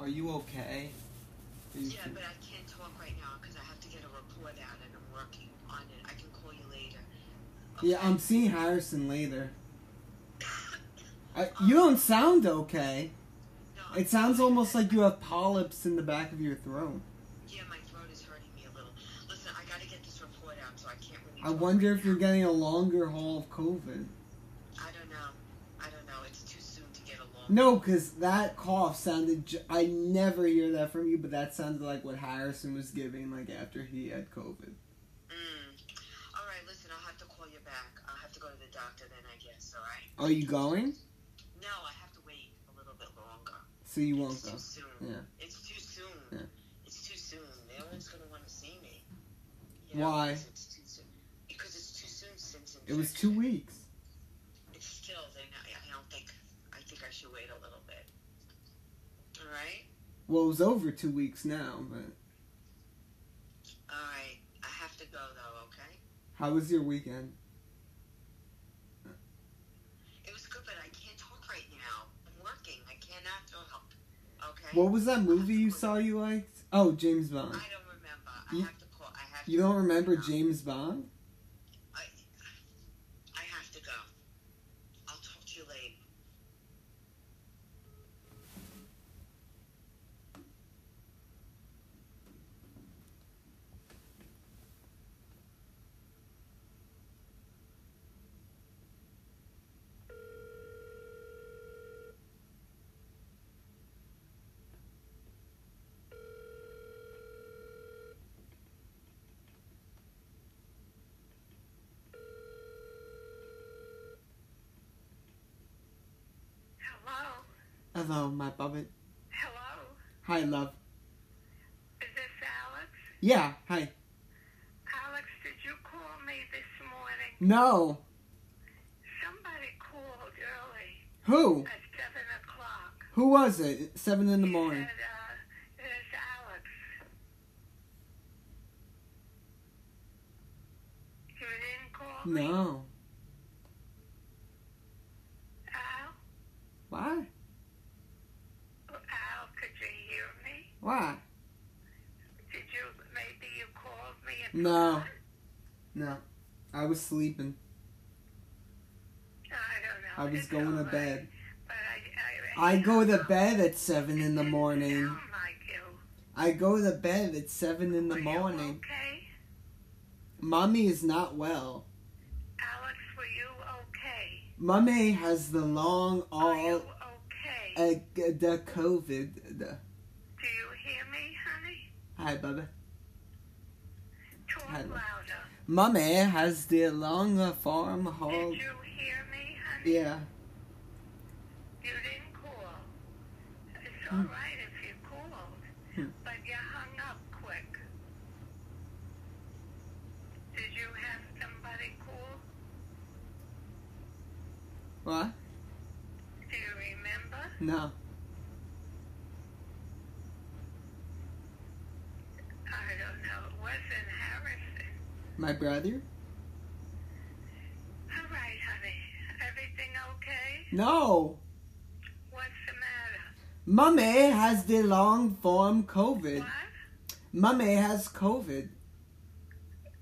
okay? Are you Yeah, sure? but I can't talk right now because I have to get a report out and I'm working on it. I can call you later. Yeah, I'm seeing Harrison later. I, you don't sound okay. No, I'm It sounds sorry. almost like you have polyps in the back of your throat. Yeah, my throat is hurting me a little. Listen, I gotta get this report out, so I can't really. I talk wonder right if you're now. getting a longer haul of COVID. I don't know. I don't know. It's too soon to get along. No, because that cough sounded. J- I never hear that from you, but that sounded like what Harrison was giving, like after he had COVID. Mm. All right, listen. I'll have to call you back. I'll have to go to the doctor then, I guess. All right. Are you going? No, I have to wait a little bit longer. So you won't It's go. too soon. Yeah. It's too soon. Yeah. It's too soon. No one's gonna want to see me. You know, Why? because It's too soon. Because it's too soon since It was two infection. weeks. It's still. Then I, I don't think. I think I should wait a little bit. All right. Well, it was over two weeks now. But All right. I have to go though. Okay. how was your weekend? It was good, but I can't talk right now. I'm working. I cannot talk. Okay. What was that movie you saw you liked? Oh, James Bond. I don't remember. I You- have to call. I have. You to don't remember No. James Bond? I, I have to go. I'll talk to you later. Hello. Hello, oh, my puppet. Hello. Hi, love. Is this Alex? Yeah, hi. Alex, did you call me this morning? No. Somebody called early Who? at seven o'clock. Who was it? Seven in the morning. Said, uh, it's Alex. You didn't call me. No. Al, Why? Al, could you hear me? Why? Did you? Maybe you called me. and No. forgot? No. I was sleeping. I don't know. I was It's going all to right. bed. But I, I, I go to it bed at seven in the didn't morning. Sound like you. I go to bed at seven in the Were you morning. okay, Mommy is not well. Alex? Were you okay? Mommy has the long Are you all okay? uh, the COVID. The, Do you hear me, honey? hi, Bubba. Talk Hi, love. louder. Mommy has the long farm haul. Did you hear me, honey? Yeah. You didn't call. It's all Hmm. right if you called, Hmm. but you hung up quick. Did you have somebody call? What? Do you remember? No. I don't know. It wasn't Harrison. My brother? All right, honey. Everything okay? No. What's the matter? Mommy has the long form COVID. What? Mommy has COVID.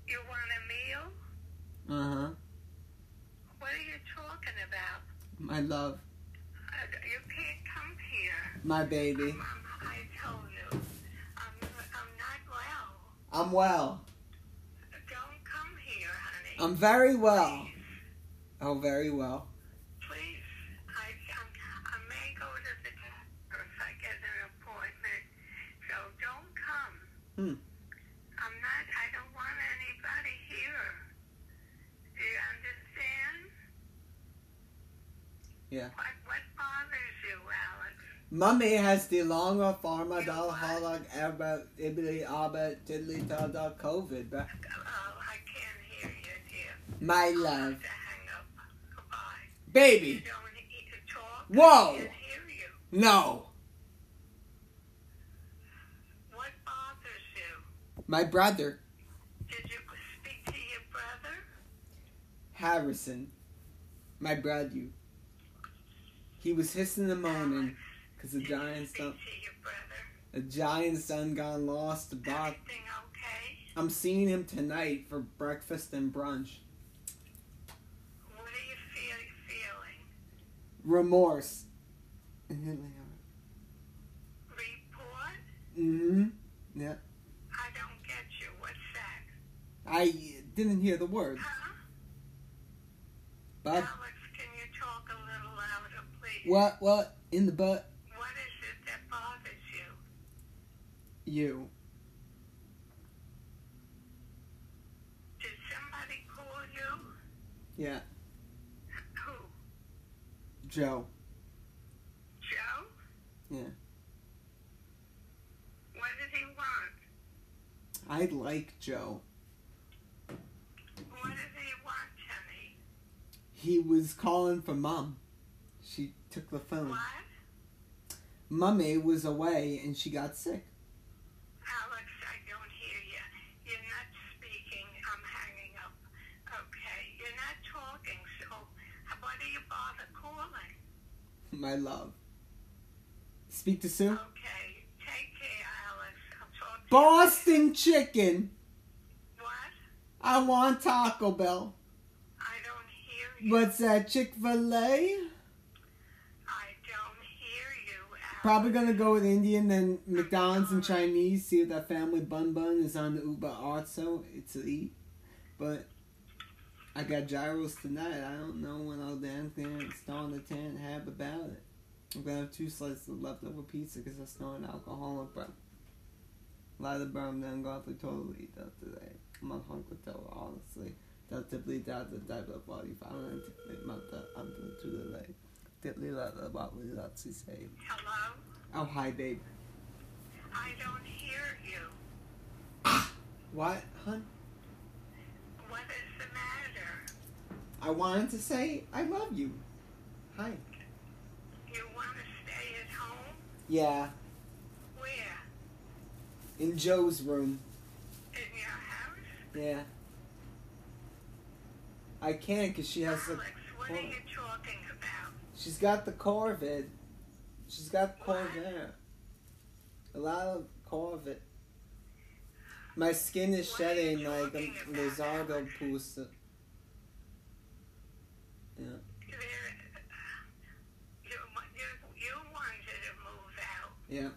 You want a meal? Uh huh. What are you talking about? My love. Uh, you can't come here. My Mom, baby. I told you, I'm, I'm not well. I'm well. Don't come here, honey. I'm very well. Oh, very well. Please, I, I'm, I may go to the doctor if I get an appointment, so don't come. Hmm. I'm not, I don't want anybody here. Do you understand? Yeah. What, what bothers you, Alex? Mommy has the longer pharma doll holog ever ibly abba tiddly da da COVID, bruh. Oh, I can't hear you, dear. My I love. have to hang up. Goodbye. You Baby! don't need to talk. Whoa. I can't hear you. No! What bothers you? My brother, Did you speak to your brother? Harrison. My brother. He was hissing and moaning Alex, because the did you Giants speak don't. to your brother? A giant son gone lost. A dog. Everything okay? I'm seeing him tonight for breakfast and brunch. What are you feel, feeling? Remorse. Report? Mm-hmm. Yeah. I don't get you. What's that? I didn't hear the words, Huh? but Alex, can you talk a little louder, please? what? What in the butt? What is it that bothers you? You. Did somebody call you? Yeah. Who? Joe. Joe? Yeah. What did he want? I like Joe. What did he want, honey? He was calling for mom. She took the phone. What? Mummy was away and she got sick. Alex, I don't hear you. You're not speaking. I'm hanging up. Okay. You're not talking, so why do you bother calling? My love. Speak to Sue. Okay. Take care, Alex. I'll talk to you. Boston chicken. later. What? I want Taco Bell. I don't hear you. What's that? Chick Fil A. I don't hear you, Alex. Probably gonna go with Indian, then McDonald's and Chinese. See if that family bun bun is on the Uber also. It's a eat, but I got gyros tonight. I don't know when I'll dance there and snarl the tan have about it. I'm gonna have two slices of leftover pizza because I snorted alcohol and bro. A lot of the bro I'm done got to totally eat out today. I'm on hunger though, honestly. That typically that the type of body if I don't take my I'm to the late. Typically that the body that's the same. Hello? Oh, hi, babe. I don't hear you. What, hun? What is the matter? I wanted to say I love you. Hi. You want to stay at home? Yeah, Where? in Joe's room. In your house? Yeah. I can't because she has the. Alex, what hold are on. you talking about? She's got the Corvid. She's got Corvair. A lot of Corvid. My skin is What are you shedding like a talking about? Lizardo pusa. Yeah. There, you, you, you wanted to move out. Yeah.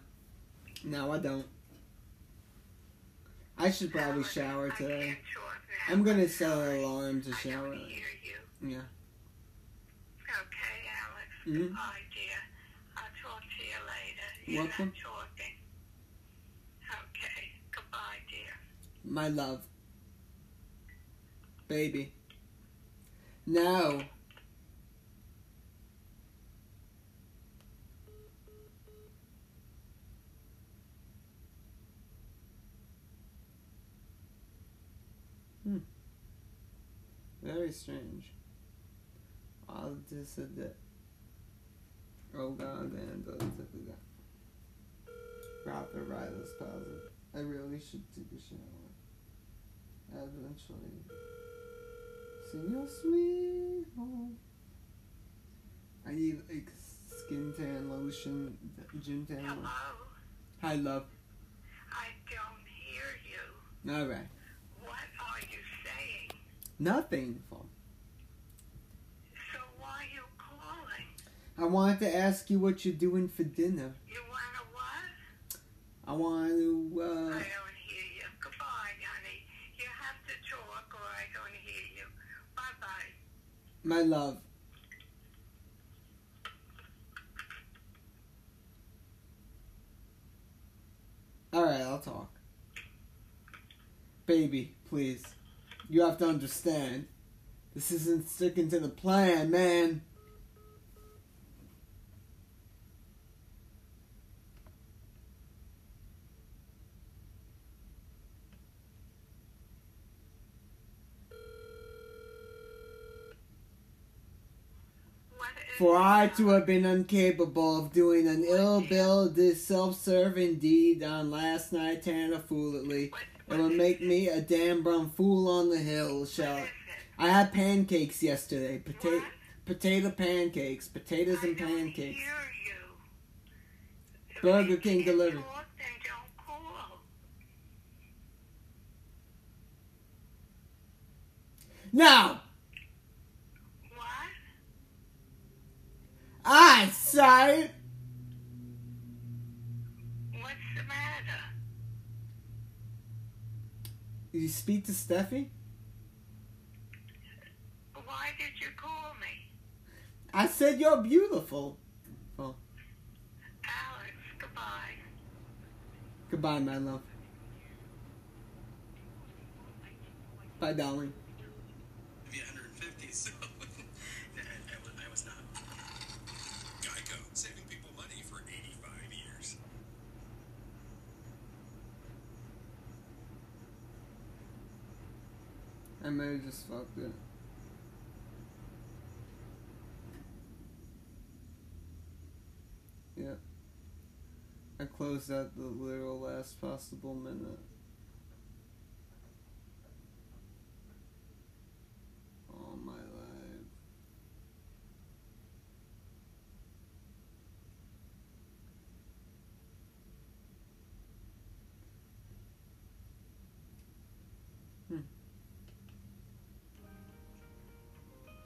No, I don't. I should probably Alex, shower I today. can't talk now. I'm gonna I'm set an sorry. alarm to I shower. don't hear you. Yeah. Okay, Alex. Mhm. Bye, dear. I'll talk to you later. You're Welcome. not talking. Okay. Goodbye, dear. My love. Baby. No. Hmm. Very strange. I'll just said that. Oh god, and Rapid Riders Puzzle. I really should take a shower. Eventually. Sing your sweet home. I need like skin tan lotion, gym tan. Lotion. Hello? Hi, love. I don't hear you. All right. What are you saying? Nothing. Paul. So why are you calling? I wanted to ask you what you're doing for dinner. You want to what? I want to. I uh... don't hear you. Goodbye, honey. You have to talk or I don't hear you. Bye-bye. My love. Alright, I'll talk. Baby, please. You have to understand. This isn't sticking to the plan, man. What is For I it? to have been incapable of doing an ill build this self serving deed on last night Tana foolily. What- It what will is make me a damn brum fool on the hill, shall What it? is it? I had pancakes yesterday. Potato, What? potato pancakes, potatoes I and don't pancakes. hear you. Burger You King can't delivery. talk that No! What? I saw it! What's the matter? Did you speak to Steffi? Why did you call me? I said you're beautiful. Alex, goodbye. Goodbye, my love. Bye, darling. be 150, so I, I, was, I was not. Geico, saving people money for 85 years. I may have just fucked it. Yep. I closed out the literal last possible minute. All my life.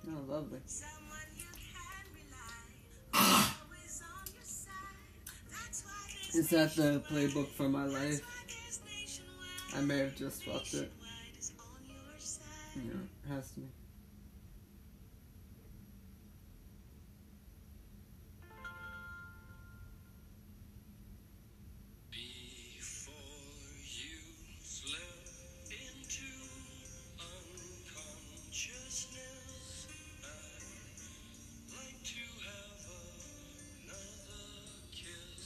Oh, lovely. Someone you can rely on, always on your side. That's why there's Is that the nationwide- playbook for my life? That's why there's nationwide. I may have just fucked it. Nationwide is on your side. Yeah, it has to be. Before you slip into unconsciousness, I'd like to have another kiss.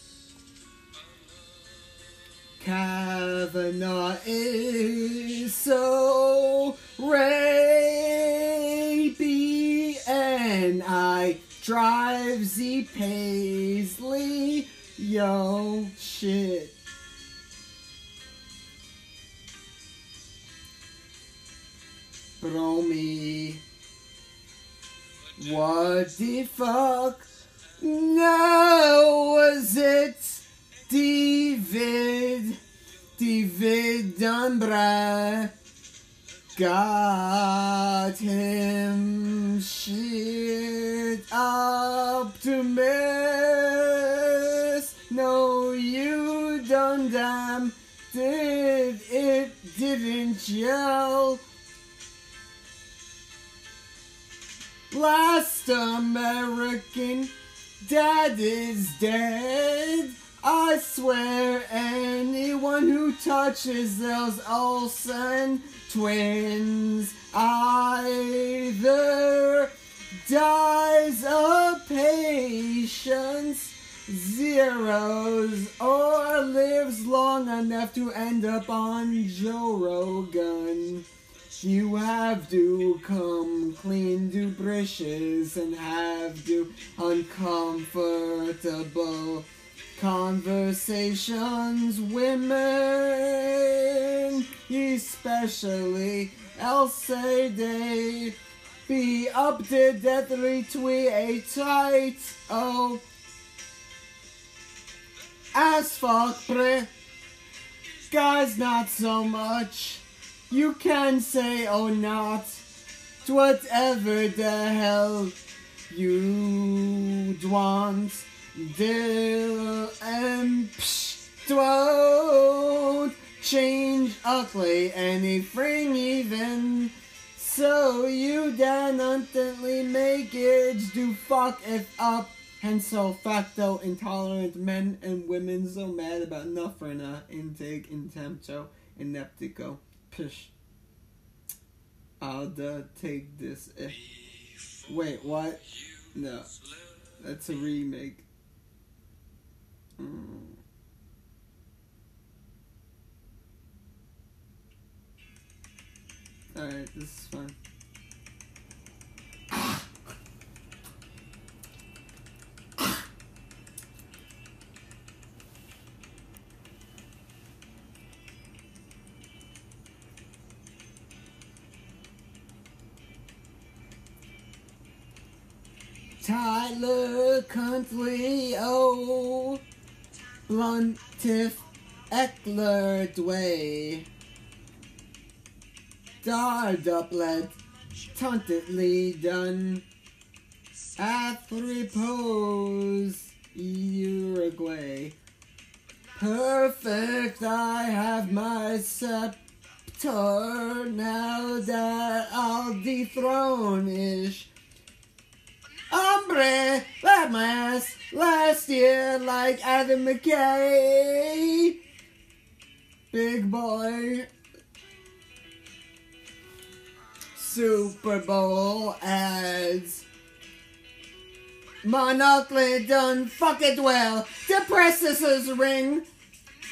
Kavanaugh is so rapey, and I drive Z Paisley. Yo, shit. Bro me. What the fuck? No, was it? David, David Dunbar got him shit up to miss. No, you done damn did it, didn't yell. Last American Dad is dead. I swear anyone who touches those Olsen twins either dies of patience, zeros, or lives long enough to end up on Joe Rogan. You have to come clean to brushes and have to uncomfortable conversations, women, especially I'll say they be up to deathly tweet a tight oh as fuck bre guys not so much you can say or not to whatever the hell you want. Dill and psh, don't change ugly anything even. So you danantly make it do fuck it up. Hence so facto intolerant men and women so mad about nothing uh, intake intempto ineptico pish. I'll uh, take this if Wait, what? No. That's a remake. Mm. Alright, this is fun. Tyler Cuntley, oh, Bluntiff Eckler Dway, Dar Duplet, tauntedly done. At three pose, Uruguay. Perfect, I have my scepter now that I'll dethrone ish. Hombre, that my ass last year like Adam McKay. Big boy. Super Bowl ads. Monthly done fuck it well. The processor's ring.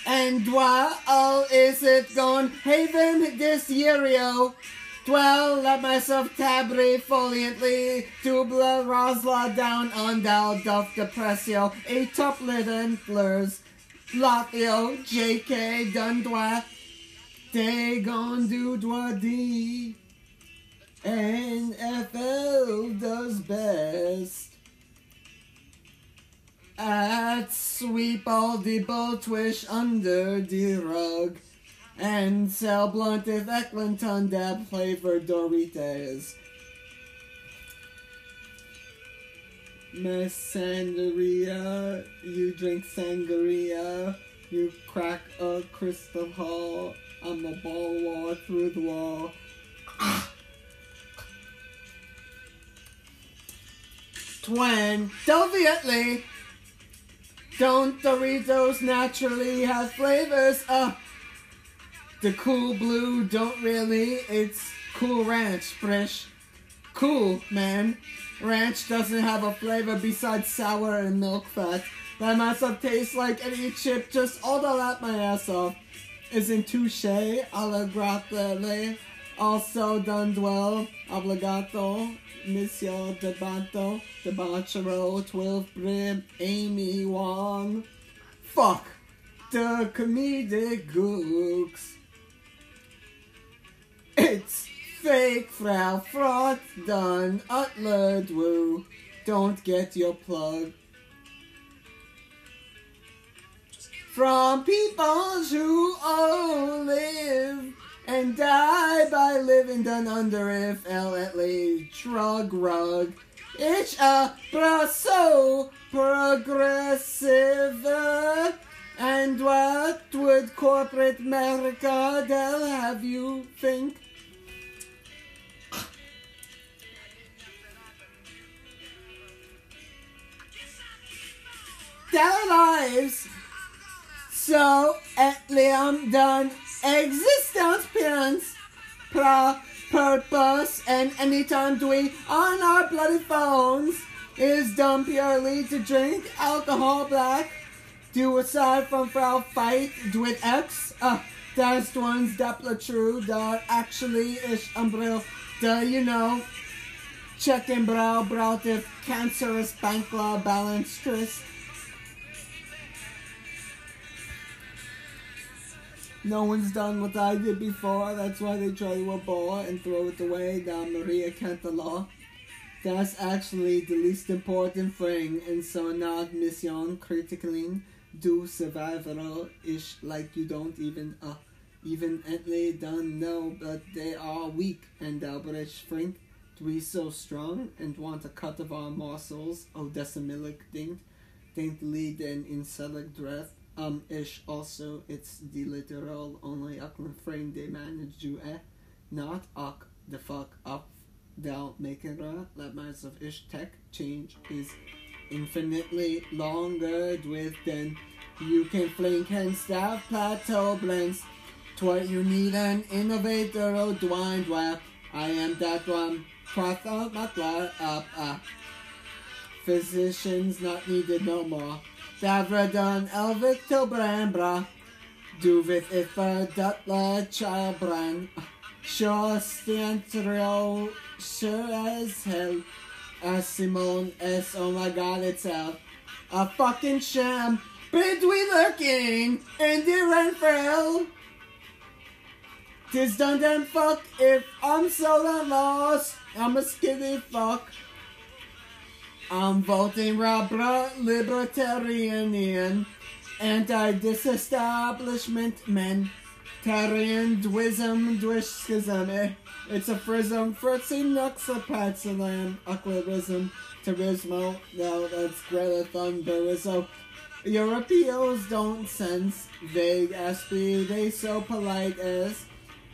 And why all is it gone? Haven this year, yo. Dwell, let myself tabri foliantly. Dubla Rosla down on thou doth depressio. A top and blurs. Lotio, JK, Dundwa. They gon' do dwa D. NFL does best at sweep all the boatwish under the rug and sell blunt if Ecklinton dab flavored Doritos. Miss Sangria, you drink sangria, you crack a crystal hall, I'm a ball wall through the wall. Twin, deviantly, don't Doritos naturally have flavors? Uh, the cool blue don't really. It's cool ranch, fresh. Cool, man. Ranch doesn't have a flavor besides sour and milk fat. That mess up tastes like any chip, just all the lap my ass off. Isn't touche a la gratele also done well? Obligato, Monsieur Debato, Debachero, 12 Brim, Amy Wong. Fuck the comedic gooks. It's fake Frau Fraud done uttered woo. Don't get your plug. From people who all live and die by living done under if elegantly drug rug. It's a bra so progressive. uh, And what would corporate America they'll have you think? Their lives so at Leon done existence parents pra purpose and anytime we on our bloody phones is done purely to drink alcohol black. Do aside from Frau Fight with X, uh, that's the one's Doppler true, that actually is umbrella, duh, you know. Check and brow, brow, if cancerous bank law balance stress. No one's done what I did before. That's why they throw you a ball and throw it away. Now Maria Cantala. That's actually the least important thing, and so not mission critically do survival ish like you don't even uh even Italy don't know, but they are weak and Albrecht Frank we so strong and want a cut of our muscles, oh decimilic thing think lead and in select draft. Um, ish also, it's the literal only Auckland frame they manage to eh, not uck the fuck up. They'll make it uh, a let myself ish tech change is infinitely longer with than you can flank and staff plateau blends. Twice you need an innovator, oh dwind where I am that one. Cross out my fly up, uh, up. Physicians not needed no more. Davradon Elvic Tilbrambra. Duvith Ifa Dutla Childbran. Shaw Stantrio sure as hell. As Simone S. Oh my god, it's out. A fucking sham. Bid we lurking. Andy Renfrell. Tis done done fuck if I'm so done lost. I'm a skinny fuck. I'm voting Robra Libertarian, anti disestablishment men. Tarian Dwizum Dwishkism. eh, It's a frism. Fritzy Nuxapatsalam. Aquarism. Turismo. No, that's Greta Thunderism. Europeos don't sense vague SB. They so polite as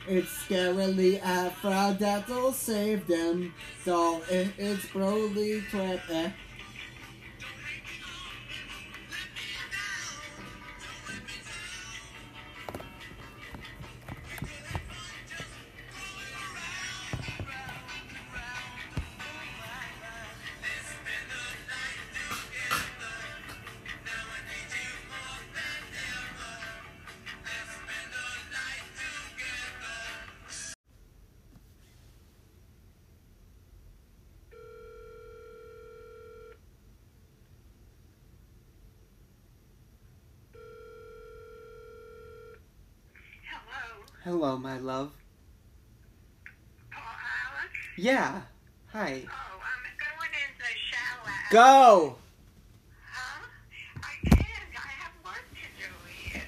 it's scarily Afra that'll save them. Doll, eh, it's Broly Trap. Eh. Hello, Hello, my love. Paul Alex. Yeah. Hi. Oh, I'm going in the shower. Go! Huh? I can't. I have work to do here.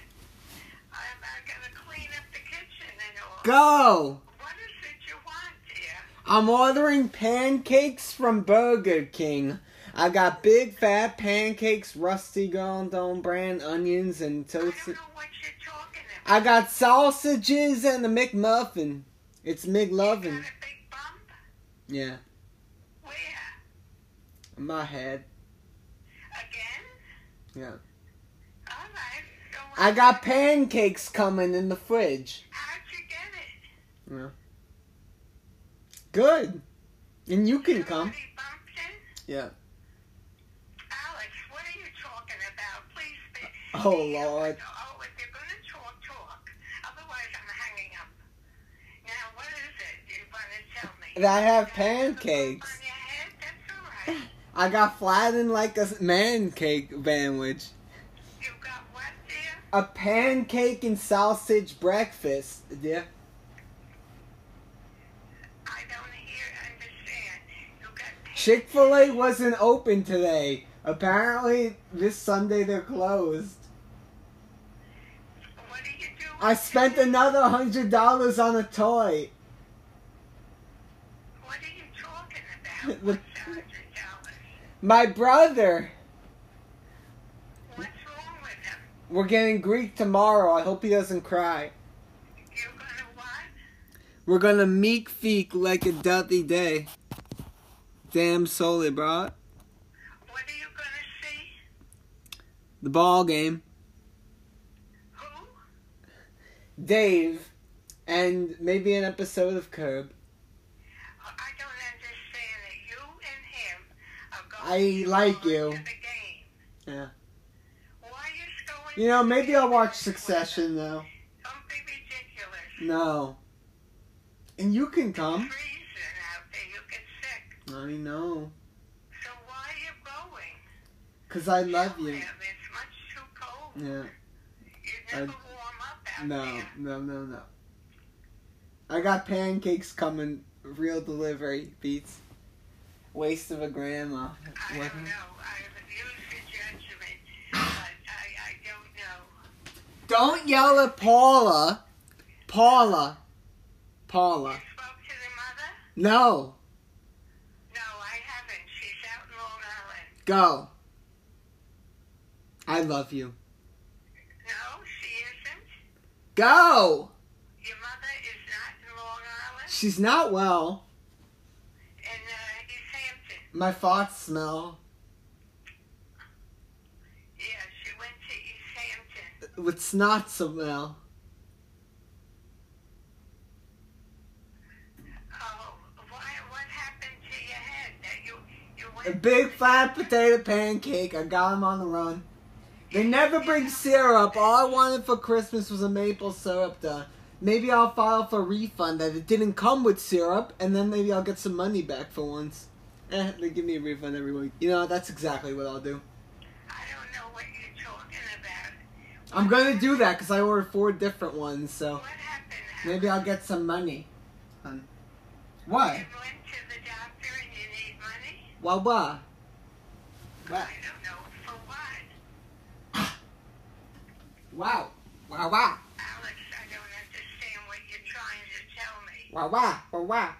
I'm, I gotta clean up the kitchen and all. Go! What is it you want, dear? I'm ordering pancakes from Burger King. I got big fat pancakes, rusty gondon brand, onions, and I toast. don't know what you're talking about. I got sausages and a McMuffin. It's You McLovin. got a big bump? Yeah, Where? my head. Again? Yeah. All right. So I got pancakes coming in the fridge. How'd you get it? Yeah. Good. And you can come. Somebody bumped it? Yeah. Alex, what are you talking about? Please be. Oh, be- Lord. Oh, if you're going to talk, talk. Otherwise, I'm hanging up. Now, what is it you want to tell me? And I have You got a bump pancakes. On your head? That's all right. I got flattened like a s- man cake sandwich. You got what, dear? A pancake and sausage breakfast. Yeah. I don't hear, understand. You got pancakes. Chick fil A wasn't open today. Apparently, this Sunday they're closed. What are you doing? I spent today? another $100 on a toy. What are you talking about? The- What's $100? My brother. What's wrong with him? We're getting Greek tomorrow. I hope he doesn't cry. You're going to what? We're gonna meek feek like a dirty day. Damn solely, bro. What are you going to see? The ball game. Who? Dave. And maybe an episode of Curb. I don't understand it. You and him are I going like on you. To the game. Yeah. Why is going You know, to maybe the I'll watch game? Succession though. Don't be ridiculous. No. And you can come. Freezing out there. You get sick. I know. So why are you going? Cause I love Tell you. him It's much too cold. Yeah. You never warm up out No, there. no, no, no. I got pancakes coming. Real delivery beats. Waste of a grandma. I What? don't know. I have used the judgment, but I, I don't know. Don't yell at Paula. Paula. Paula. Spoke to the mother? No. No, I haven't. She's out in Long Island. Go. I love you. No, she isn't. Go. Your mother is not in Long Island, She's not well. in uh, East Hampton. My farts smell Yeah, she went to East Hampton. with snot smell. Oh, why? What happened to your head? That you you A went. big fat potato pancake. I got him on the run. They never bring syrup. All I wanted for Christmas was a maple syrup done. Maybe I'll file for a refund that it didn't come with syrup, and then maybe I'll get some money back for once. Eh, they give me a refund every week. You know, that's exactly what I'll do. I don't know what you're talking about. I'm gonna do that because I ordered four different ones, so What happened? maybe I'll get some money. Um, What? You went to the doctor and you need money. Wah wah. Wow. I don't know for what. Wow. Wow wow. Alex, I don't understand. Wah wah wah wah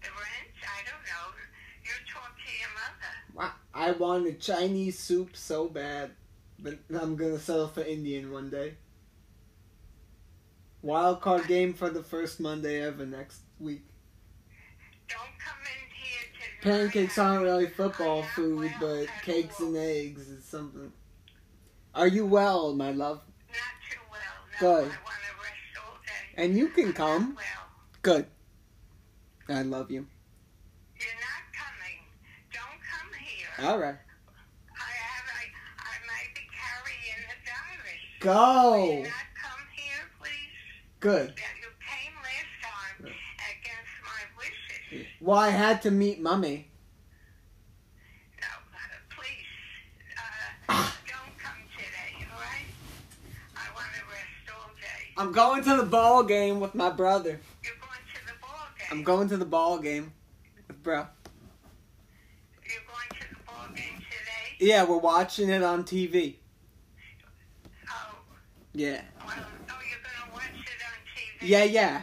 The rent? I don't know. You talk to your mother. wah. I wanted Chinese soup so bad, but I'm gonna settle for Indian one day. Wild card game for the first Monday ever next week. Don't come in here to my Pancakes aren't house. really football I'm food, not well but at cakes all. and eggs is something. Are you well, my love? Not too well. No, Good. I want to rest all day. And you can I'm come. not well. Good. I love you. You're not coming. Don't come here. All right. I have. I, I might be carrying the virus. Go. Will you not come here, please? Good. That you came last time against my wishes. Well, I had to meet mummy. No, uh, please. Ah. Uh, don't come today, all right? I want to rest all day. I'm going to the ball game with my brother. You're going to the ball game. I'm going to the ball game with bro. You're going to the ball game today? Yeah, we're watching it on TV. Oh, Yeah. well, oh, you're going to watch it on TV? Yeah, yeah.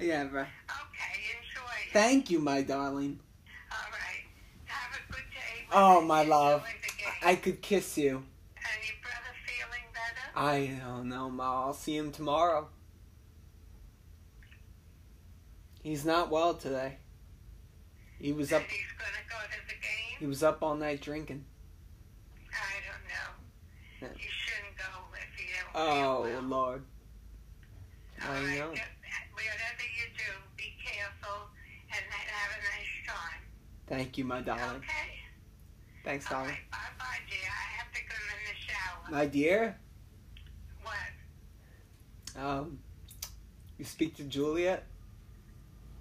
Yeah, bro. Okay, enjoy it. Thank you, my darling. all right. Have a good day. Oh, Enjoy my love. the game. I could kiss you. And your brother feeling I better? don't know, Ma. I'll see him tomorrow. He's not well today. He was up That he's going to go to the game? he was up all night drinking. I don't know. Yeah. You shouldn't go if you don't Oh feel well. Lord. All I right, know. just- Whatever you do, be careful and have a nice time. Thank you, my darling. Okay? Thanks, All darling. right, bye-bye, dear. I have to go in the shower. My dear? What? Um, you speak to Juliet?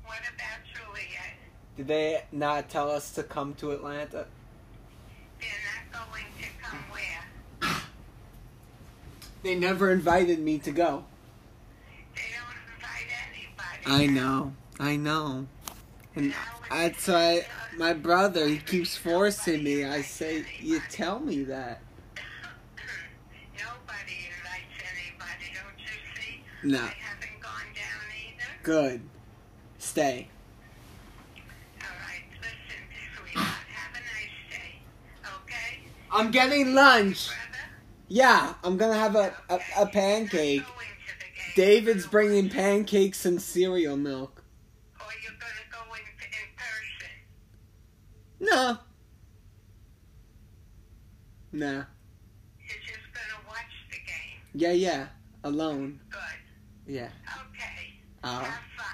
What about Juliet? Did they not tell us to come to Atlanta? They're not going to come where? They never invited me to go. They don't invite anybody. I know, I know. And that's why my brother, he keeps forcing me. I say, you tell me that. Nobody invites anybody, don't you see? No. I haven't gone down either. Good. Stay. All right, listen, sweetheart. Have a nice day, okay? I'm getting lunch. Brother? Yeah, I'm gonna have a, a, a Okay, you're not pancake. going to the game. David's bringing pancakes and cereal milk. Or you're gonna go in, in person. No. Nah. You're just gonna watch the game. Yeah, yeah. Alone. Good. Yeah. Okay. Oh, Have fun.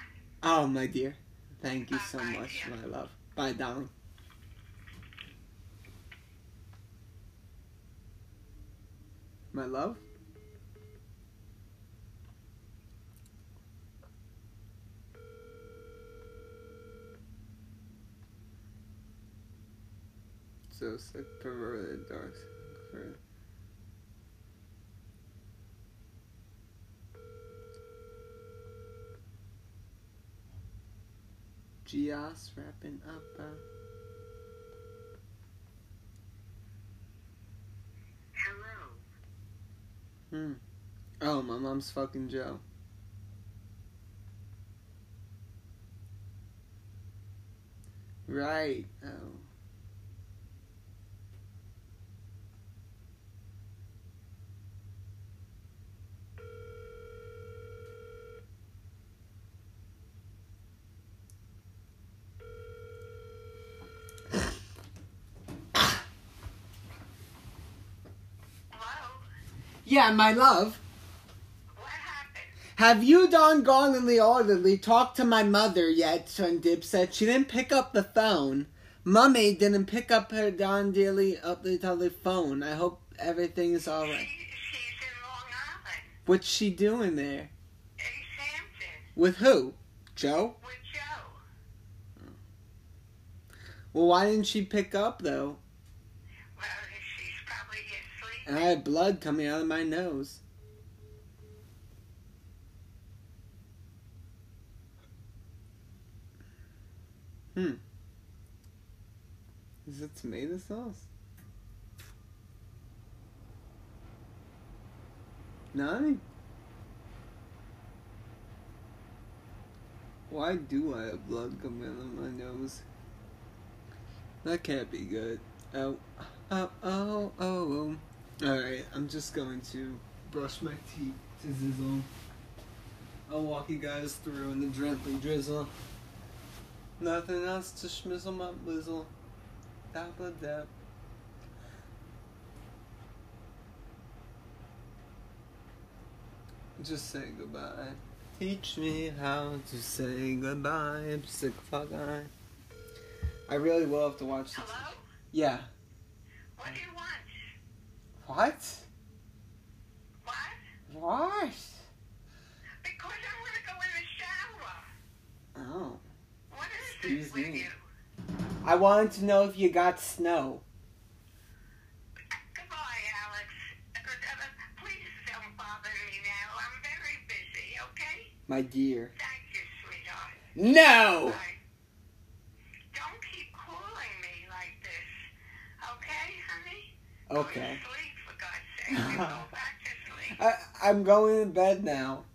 oh, my dear. Thank you so much, my love. Bye, darling. My love? So it's like perverted dark. secret. Gios wrapping up. Uh, Hello. hmm. Oh, my mom's fucking Joe. Right. Oh. Hello. Yeah, my love. What happened? Have you done gone in the orderly talked to my mother yet? Dip said she didn't pick up the phone. Mummy didn't pick up her Don Dearly up the telephone. I hope everything is alright. She, she's in Long Island. What's she doing there? In Hampton. With who? Joe? With Joe. Well, why didn't she pick up though? Well, she's probably asleep. And I had blood coming out of my nose. Hmm. Is it tomato sauce? Nani? Why do I have blood coming out of my nose? That can't be good. Oh, oh, oh, oh. oh. Alright, I'm just going to brush my teeth to zizzle. I'll walk you guys through in the drizzly drizzle. Nothing else to schmizzle my blizzle. Dab a dab. Just say goodbye. Teach me how to say goodbye. I'm sick fuck I. I really will have to watch this. Hello? Yeah. What do you want? What? What? What? Because I want to go in the shower. Oh. What is Excuse this with me. you? I wanted to know if you got snow. Goodbye, Alex. Uh, uh, Please don't bother me now. I'm very busy, okay? My dear. Thank you, sweetheart. No! Bye. Don't keep calling me like this, okay, honey? Okay. Go to sleep, for God's sake. You go back to sleep. I, I'm going to bed now.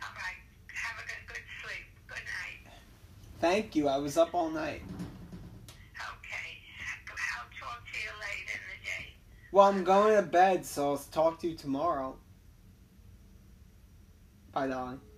All right. Have a good, good sleep. Good night. Thank you. I was up all night. Okay. I'll talk to you late in the day. Well, I'm going to bed, so I'll talk to you tomorrow. Bye, darling.